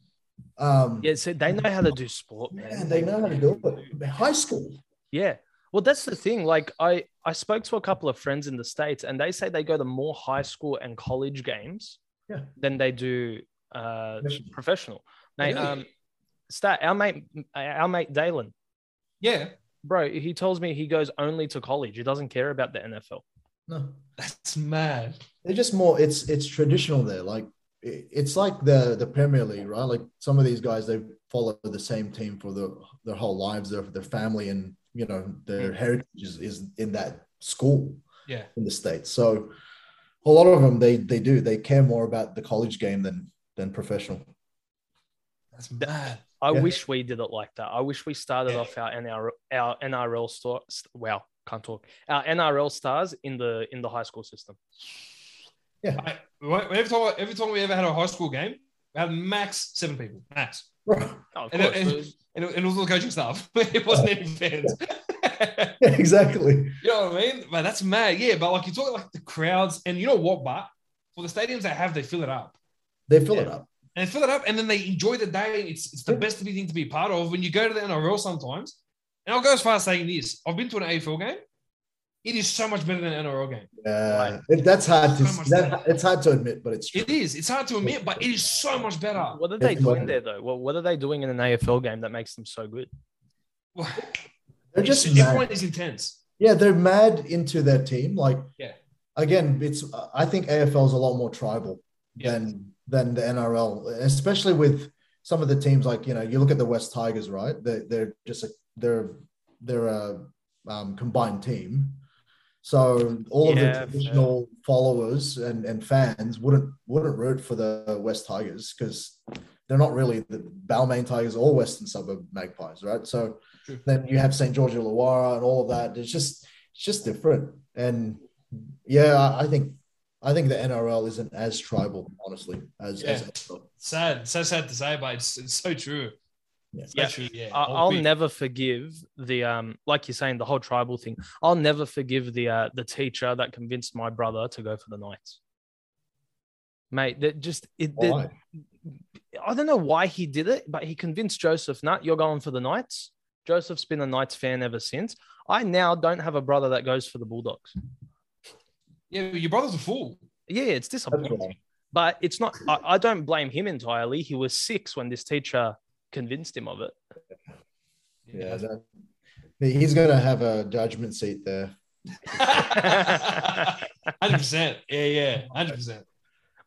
um
Yeah, so they know how to do sport, man.
Man, they know how to do it. High school.
Yeah. Well, that's the thing. Like I I spoke to a couple of friends in the states, and they say they go to more high school and college games
Yeah.
than they do uh,
Professional.
professional. Mate,
Really?
um, stat our mate our mate Dalen,
Yeah.
bro, he tells me he goes only to college. He doesn't care about the NFL.
No,
That's mad.
they're just more. It's it's traditional there. Like it- it's like the the Premier League, right? Like some of these guys, they follow the same team for the, their whole lives, their their family, and you know their heritage is, is in that school
Mm. Yeah.
in the states. So a lot of them, they they do. They care more about the college game than than professional. (laughs)
That's mad.
I
Yeah.
wish we did it like that. I wish we started
Yeah.
off our NRL our NRL store. st- Wow, can't talk. Our NRL stars in the in the high school system.
I, every time, every time we ever had a high school game, we had max seven people, max,
Oh, of
And- uh,
course.
and- and it, and it was all coaching staff. (laughs) it wasn't even fans. (laughs)
exactly.
you know what I mean? But that's mad. Yeah, but like you talk like the crowds, and you know what? But for the stadiums they have, they fill it up.
They fill it
Yeah.
up.
And they fill it up, and then they enjoy the day. It's it's the best thing to be part of. When you go to the NRL sometimes, and I'll go as far as saying this: I've been to an AFL game. It is so much better than an NRL game.
Yeah, It- that's hard to
So much
that,
better.
it's hard to admit, but it's true.
It is. It's hard to admit, but it is so much better. (sighs)
What are they
It's
doing
like-
there though? Well, what are they doing in an AFL game that makes them so good?
They're just
It's- everyone
mad.
is intense.
Yeah, they're mad into their team. Like,
Yeah.
Again, it's I think AFL is a lot more tribal
Yeah.
than than the NRL, especially with some of the teams. Like you know, you look at the West Tigers, right? They they're just a they're they're a um, combined team. So all of
Yeah,
the traditional followers and, and fans wouldn't wouldn't root for the West Tigers because they're not really the Balmain Tigers or Western Suburb Magpies, right? So then you have St. George Illawarra and all of that. It's just it's just different. And yeah, I, I think I think the NRL isn't as tribal, honestly, as, as
Sad, so sad to say, but it's, it's so true.
Yeah.
It's so
Yeah.
true, yeah.
I-
Whole
I'll
bit.
never forgive the um, like you're saying, the whole tribal thing. I'll never forgive the uh, the teacher that convinced my brother to go for the Knights. Mate, that just it, it-
Why?
I don't know why he did it, but he convinced Joseph, "Nah, you're going for the Knights." Joseph's been a Knights fan ever since. I now don't have a brother that goes for the Bulldogs.
Yeah, but your brother's a fool.
Yeah, it's
That's
disappointing,
why.
but it's not. I, I don't blame him entirely. He was six when this teacher convinced him of it.
Yeah, that, he's gonna have a judgment seat there.
(laughs) Hundred percent. Yeah, yeah. Hundred percent.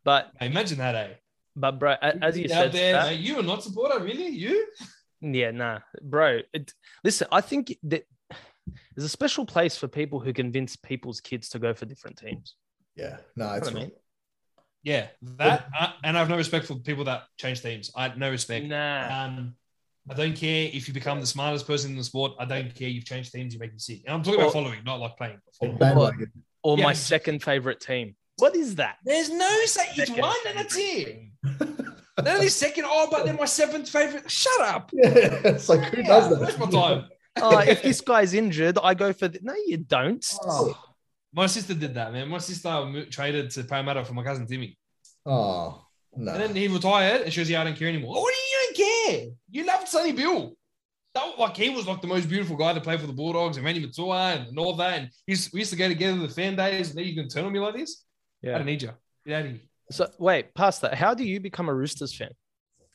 But
Imagine that, eh?
but bro, a- as you
Out
said,
there,
Stat-
mate, you are not supporter, really? You?
Yeah, nah, bro. It, listen, I think that there's a special place for people who convince people's kids to go for different teams.
Yeah, no,
You know
it's
what I mean?
Yeah. That uh, and I have no respect for people that change teams. I have no respect.
Nah,
Um, I don't care if you become the smartest person in the sport. I don't care you've changed teams. You make me sick. And I'm talking about
Or-
following, not like playing. but following.
bandwagon.
or
yeah,
my
it's-
second favorite team. What is that?
There's no say it's
Second
one and that's
favourite
it. None of these second. Oh, but they're my seventh favorite. Shut up.
Yeah, (laughs) it's like who does that?
Where's my time?
Oh,
(laughs)
if this guy's injured, I go for. The... No, you don't.
(laughs) Oh,
My sister did that, man. My sister mo- traded to Parramatta for my cousin Timmy.
oh, no.
And then he retired and she was, yeah, I don't care anymore. Oh, what do you don't care? You loved Sonny Bill. That was, like he was like the most beautiful guy to play for the Bulldogs and Randy Matua and all that. And he used, we used to go together the fan days. And then you can turn on me like this. I
Yeah.
don't need you. Get out of here.
So wait, past that, how do you become a Roosters fan?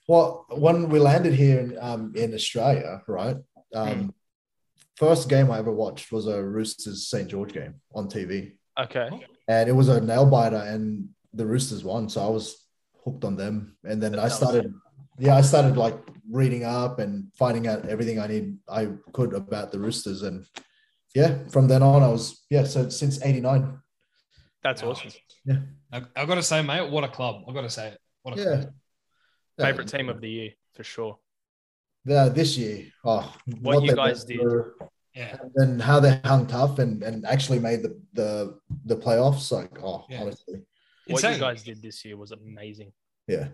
Well, when we landed here in, um, in Australia, right? Um,
Mm.
First game I ever watched was a Roosters St. George game on TV,
Okay.
and it was a nail biter, and the Roosters won. So I was hooked on them, and then I
That was
started, yeah, I started like reading up and finding out everything I need I could about the Roosters, and yeah, from then on I was yeah. So since '89,
That's awesome.
Yeah.
I, I got to say, mate, what a club. I got to say it. What a
yeah.
club.
Favorite team of the year for sure.
the this year. Oh,
What you
they
guys
went
did.
through.
Yeah.
and how they hung tough and, and actually made the, the the playoffs. Like, oh,
Yeah.
honestly,
What
Insane.
you guys did this year was amazing.
yeah.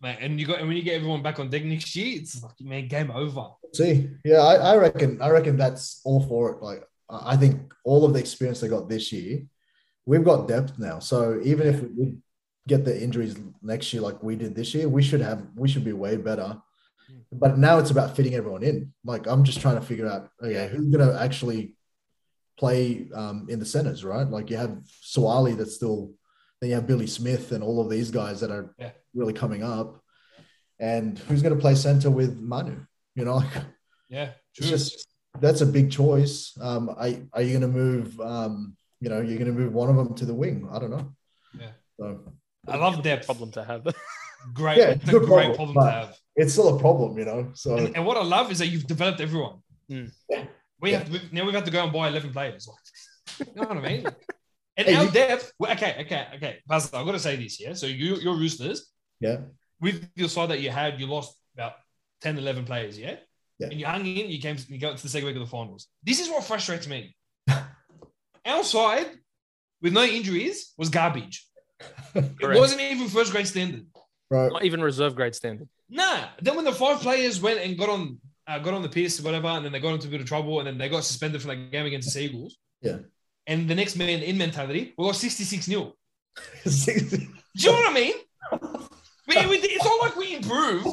Mate, and you got and when you get everyone back on deck next year, it's like man, game over.
See, yeah, I, I reckon I reckon that's all for it. Like, I I think all of the experience they got this year, we've got depth now. So even if we did get the injuries next year, like we did this year, we should have we should be way better. But now it's about fitting everyone in. Like, I'm just trying to figure out, okay, who's gonna actually play um, in the centers, right? Like you have Suwali that's still, then you have Billy Smith and all of these guys that are
Yeah.
really coming up. And who's going to play center with Manu? You know,
(laughs)
like
Yeah,
it's
true.
just that's a big choice. Um, I, are you going to move? Um, you know, you're going to move one of them to the wing. I don't know.
Yeah.
So
I love depth.
Problem to
(laughs)
have.
Great,
Yeah,
it's a
good
great
problem,
problem to
but-
have.
it's still a problem, you know. So
(laughs) And, and what I love is that you've developed everyone.
Mm.
We
Yeah.
have to, we've, now we've had to go and buy eleven players. Like, you know what I
(laughs)
mean? And
Hey,
our
you-
depth. well, Okay, okay, okay. Pastor, I've got to say this. Yeah. So you, your Roosters
yeah,
with your side that you had, you lost about 10, 11 players. Yeah.
Yeah.
And you hung in. You came. You got to the second week of the finals. This is what frustrates
(laughs)
me. our side, with no injuries, was garbage. It
Correct.
wasn't even first grade standard.
(laughs) right.
Not even reserve grade standard.
Nah. Then when the five players went and got on, uh, got on the piss or whatever, and then they got into a bit of trouble, and then they got suspended for that game against the Seagulls.
Yeah.
And the next man in mentality, we got sixty six 0
yeah,
Do you know what I mean? We, we, it's not like we improved.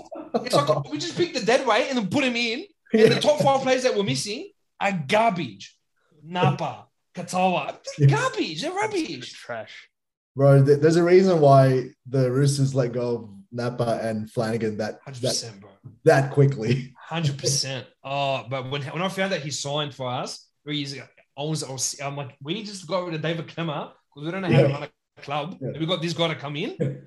It's like we just picked the dead weight and then put him in. And the top five players that were missing are garbage. Napa, Katawa,
Yeah.
garbage. They're rubbish.
Trash.
bro. th- There's a reason why the Roosters let go of Napa and Flanagan that
Hundred
that
percent, bro.
that quickly. (laughs)
Hundred percent. Oh, but when when I found out he signed for us three years ago, I was, I was I'm like, we just got rid of David Klimmer because we don't know how to
Yeah.
run a club.
Yeah.
We got this guy to come
(laughs)
in.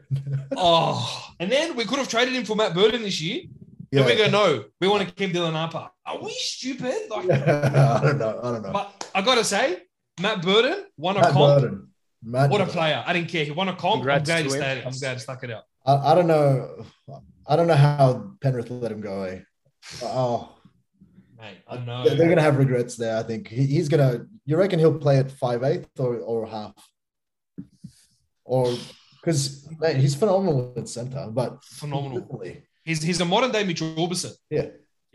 oh, and then we could have traded him for Matt Burden this year.
Yeah.
And we go,
(laughs)
no, we want to keep Dylan Harper. Are we stupid? Like,
I don't know. I don't know.
but I gotta say, Matt Burden won a
Matt
comp.
Burden. Matt
What a
Burden.
player! I didn't care. He won a comp.
Congrats
I'm glad he
to him.
stayed. I'm glad he stuck it out.
I, I don't know. I don't know how Penrith let him go away. Oh,
Mate, I know.
they're going to have regrets there. I think he, he's going to. You reckon he'll play at five eighth or or half, or because he's phenomenal at center, but
Phenomenal.
Definitely.
He's he's a modern day Mitchell Orbison.
You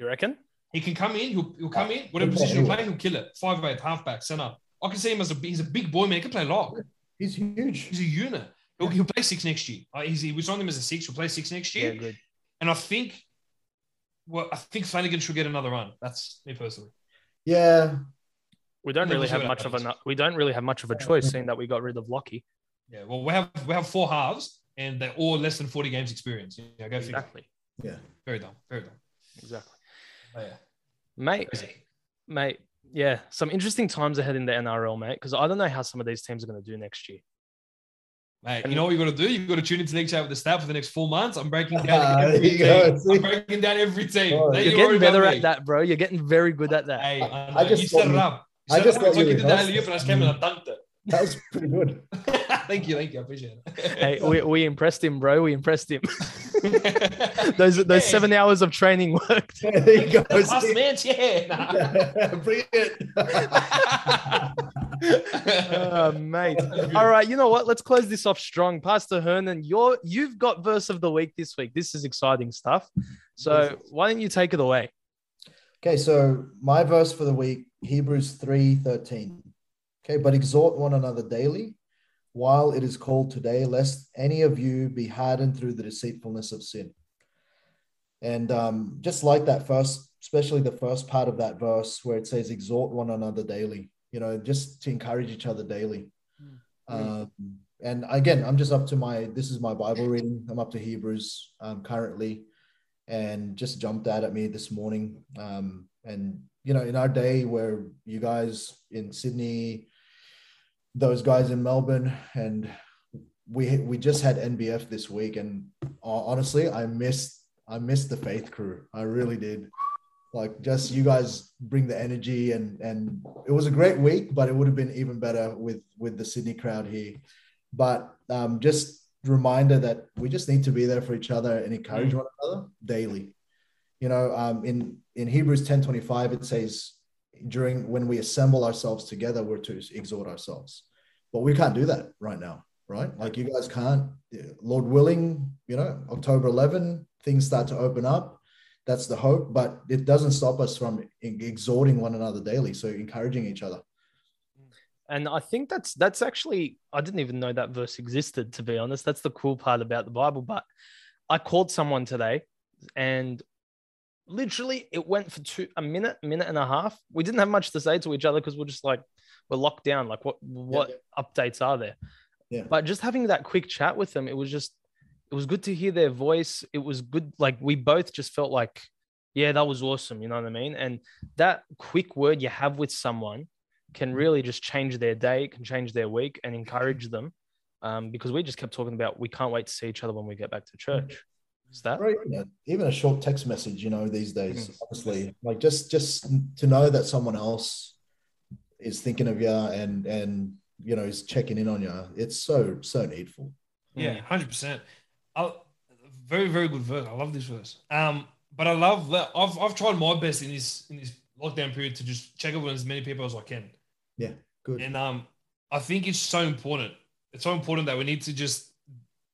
reckon?
He can come in. He'll, he'll come in. Whatever
Yeah,
position
he
he'll
will.
play, he'll kill it. Five eight, halfback, center. I can see him as a he's a big boy man. He can play lock.
He's huge.
He's a unit. He'll, he'll play six next year. Uh, he's, he was on him as a six. He'll play six next year.
Yeah, good.
And I think, well, I think Flanagan should get another run. That's me personally.
Yeah,
We don't
Yeah,
really
we'll see
have
what
much of a
happens.
we don't really have much of a choice, seeing that we got rid of Lockie.
Yeah. Well, we have we have four halves, and they're all less than forty games experience. Yeah. Go figure.
Exactly,
Very dumb. Very dumb.
exactly,
But yeah.
mate,
Crazy.
mate. Yeah, some interesting times ahead in the NRL, mate. Because I don't know how some of these teams are going to do next year.
Mate, you know what you got to do? You've got to tune into League Chat with the stat for the next four months. I'm breaking down
There
every
you go.
team. I'm breaking down every team.
Oh,
Now
You're
you
getting
already got
better
me.
at that, bro. You're getting very good at that.
Hey, I, know.
I just
you set
thought
it
you-
up. You
I
set
just
it up. It's like
thought you Mm.
you did the
reversed
alley oop and I just
it.
came and I dunked it.
that was pretty good.
(laughs)
(laughs)
thank you, thank you. I appreciate
Hey,
it.
we, we impressed him, bro. We impressed him. (laughs) those those
Yeah.
seven hours of training worked.
there you go.
(laughs) That's us,
(laughs)
man. Yeah. nah.
Bring it.
(laughs)
Oh, mate. All right, you know what? Let's close this off strong. Pastor Hernan, you're you've got verse of the week this week. This is exciting stuff. So why don't you take it away?
Okay, so my verse for the week, Hebrews 3 13. Okay, but exhort one another daily while it is called today, lest any of you be hardened through the deceitfulness of sin. And um, just like that first, especially the first part of that verse where it says, exhort one another daily, you know, just to encourage each other daily. Um, and again, I'm just up to my, this is my Bible reading. I'm up to Hebrews um, currently and just jumped out at me this morning. Um, and you know, in our day where you guys in Sydney, those guys in Melbourne, and we we just had NBF this week, and ho- honestly, I missed I missed the faith crew. I really did. Like just you guys bring the energy, and and it was a great week, but it would have been even better with with the Sydney crowd here. But um, just reminder that we just need to be there for each other and encourage one another daily. You know, um, in in Hebrews ten twenty five, it says, "During when we assemble ourselves together, we're to exhort ourselves." But we can't do that right now, right? Like you guys can't. Lord willing, you know, October eleven, things start to open up. That's the hope, but it doesn't stop us from e-, exhorting one another daily. So encouraging each other.
And I think that's that's actually I didn't even know that verse existed to be honest. That's the cool part about the Bible. But I called someone today and literally it went for two a minute, minute and a half. We didn't have much to say to each other because we're just like we're locked down. Like what what updates are there?
Yeah.
But just having that quick chat with them, it was just it was good to hear their voice. It was good, like we both just felt like, yeah, that was awesome. You know what I mean? And that quick word you have with someone can
Mm-hmm.
really just change their day, can change their week, and encourage them. Um, because we just kept talking about we can't wait to see each other when we get back to church. Is that
Or even a, even a short text message, you know, these days, honestly, like just just to know that someone else is thinking of you and and you know is checking in on you. It's so so needful.
Mm-hmm.
Mm.
Yeah, hundred percent. Very, very good verse. I love this verse. Um, but I love that I've, I've tried my best in this in this lockdown period to just check up on as many people as I can.
Good.
And um, I think it's so important. It's so important that we need to just.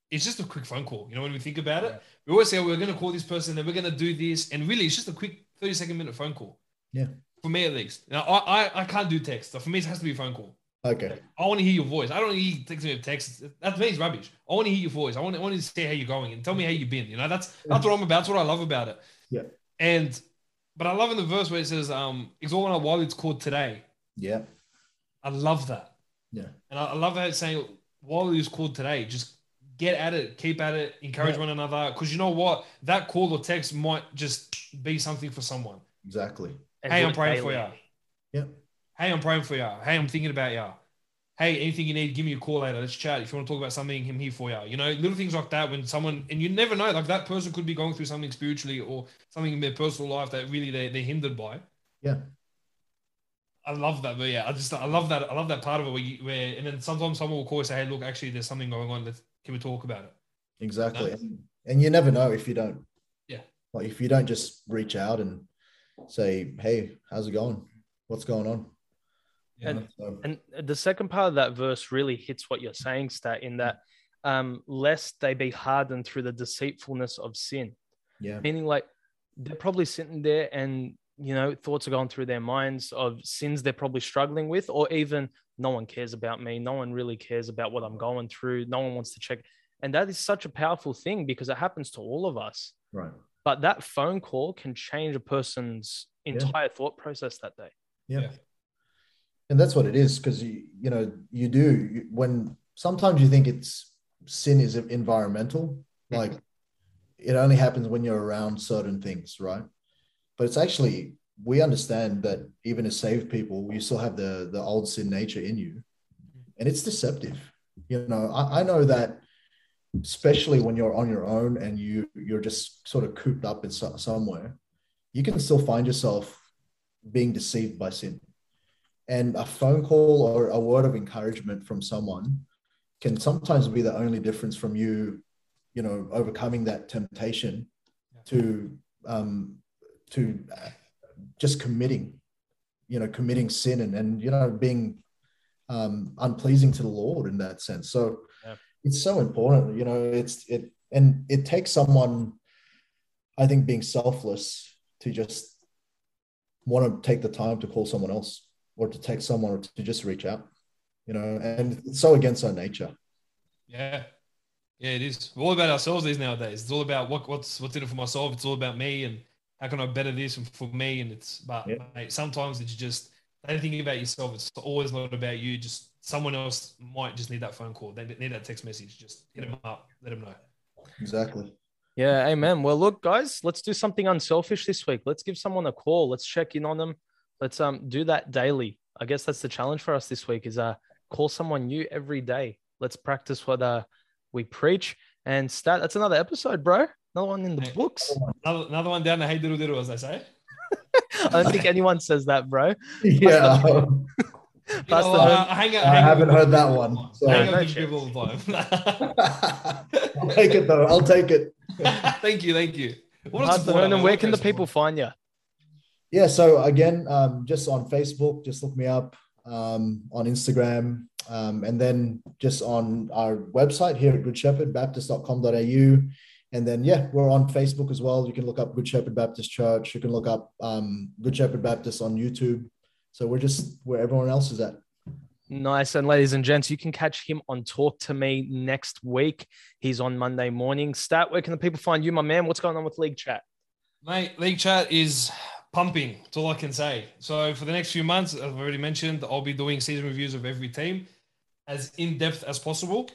It's just a quick phone call. You know, when we think about it, we always say "Oh, we're going to call this person and we're going to do this, and really, it's just a quick thirty-second minute phone call.
Yeah.
For me, at least. Now, I I, I can't do text. So for me, it has to be a phone call.
Okay.
I want to hear your voice. I don't want to hear you text me a text. That to me is rubbish. I want to hear your voice. I want, I want to see how you're going and tell me how you've been. You know, that's that's what I'm about. That's what I love about it.
Yeah.
And but I love in the verse where it says, um, it's all while it's called today.
Yeah.
I love that.
Yeah.
And I, I love how it's saying while it is called today, just get at it, keep at it, encourage
Yeah.
one another. Because you know what? That call or text might just be something for someone.
Exactly.
And
Hey,
do
I'm
it
praying for
daily.
you. Hey, I'm praying for you. Hey, I'm thinking about you. Hey, anything you need, give me a call later. Let's chat. If you want to talk about something, I'm here for you. You know, little things like that when someone, and you never know, like that person could be going through something spiritually or something in their personal life that really they, they're hindered by.
Yeah.
I love that, but yeah, I just I love that I love that part of it where, you, where and then sometimes someone will call and say, "Hey, look, actually, there's something going on. Let's can we talk about it?"
Exactly. And, and you never know if you don't.
Yeah.
Like if you don't just reach out and say, hey, how's it going? What's going on?
Yeah.
And-
So,
And the second part of that verse really hits what you're saying, Stat, in that um, lest they be hardened through the deceitfulness of sin.
yeah.
Meaning, like, they're probably sitting there and, you know, thoughts are going through their minds of sins they're probably struggling with, or even no one cares about me. No one really cares about what I'm going through. No one wants to check. And that is such a powerful thing because it happens to all of us.
Right.
But that phone call can change a person's
Yeah.
entire thought process that day.
Yeah.
Yeah.
And that's what it is because you you know you do you, when sometimes you think it's sin is environmental like it only happens when you're around certain things right but it's actually we understand that even as saved people you still have the the old sin nature in you and it's deceptive you know I, I know that especially when you're on your own and you you're just sort of cooped up in so, somewhere you can still find yourself being deceived by sin and a phone call or a word of encouragement from someone can sometimes be the only difference from you you know overcoming that temptation to um to uh, just committing you know committing sin and and you know being um unpleasing to the lord in that sense so
Yeah.
it's so important you know it's it and it takes someone i think being selfless to just want to take the time to call someone else or to take someone or to just reach out, you know, and it's so against our nature.
Yeah. Yeah, it is. We're all about ourselves these nowadays. It's all about what what's what's in it for myself. It's all about me and how can I better this and for me. And it's but
Yeah.
mate, sometimes it's just don't think about yourself. It's always not about you. Just someone else might just need that phone call. They need that text message. Just hit them up. Let them know.
Exactly.
Yeah, amen. Well, look, guys, let's do something unselfish this week. Let's give someone a call. Let's check in on them. Let's um do that daily. I guess that's the challenge for us this week is uh call someone new every day. Let's practice what uh we preach and start. That's another episode, bro. Another one in the
Hey.
books. (laughs)
Another, another one down the hey diddle diddle, as they say.
I don't think anyone says that, bro.
Yeah.
You
That's
know,
the-
uh, I, hang out,
I
hang out
haven't
with
heard that
people all
one,
the time.
so-
I hang
No
out with people all the
(laughs) I'll
time.
take it though. I'll take it. (laughs)
(laughs) thank you, thank you. What a
Hard to
supporter,
learn.
man.
And where
What a
can the
great
people
supporter.
find you?
Yeah. So again, um, just on Facebook, just look me up um, on Instagram. Um, and then just on our website here at Good Shepherd Baptist.com.au. And then, yeah, we're on Facebook as well. You can look up Good Shepherd Baptist Church. You can look up um, Good Shepherd Baptist on YouTube. So we're just where everyone else is at.
Nice. And ladies and gents, you can catch him on Talk to Me next week. He's on Monday morning. Stat, where can the people find you, my man? What's going on with League Chat?
Mate, League Chat is pumping. That's all I can say. So for the next few months, as I've already mentioned, I'll be doing season reviews of every team as in depth as possible.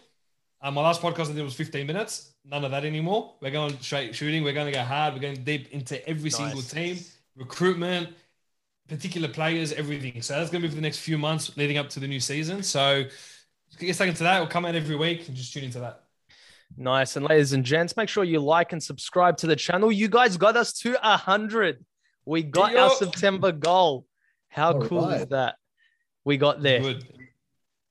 Um, my last podcast I did was 15 minutes. None of that anymore. We're going straight shooting. We're going to go hard. We're going deep into every single
Nice.
team, recruitment, particular players, everything. So that's going to be for the next few months leading up to the new season. So get stuck into that. It'll come out every week and just tune into that.
Nice. And ladies and gents, make sure you like and subscribe to the channel. You guys got us to 100. We got
Yo.
our September goal. How
All
cool is
right.
that? We got there.
Good.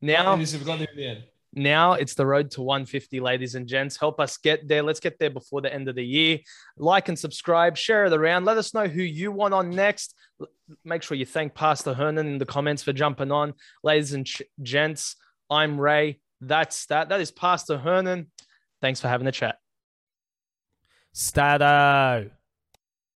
Now,
And this- we've got there in the end.
now it's the road to 150, ladies and gents. Help us get there. Let's get there before the end of the year. Like and subscribe, share it around. Let us know who you want on next. L- Make sure you thank Pastor Hernan in the comments for jumping on. Ladies and ch- gents, I'm Ray. That's that. That is Pastor Hernan. Thanks for having the chat.
Stato.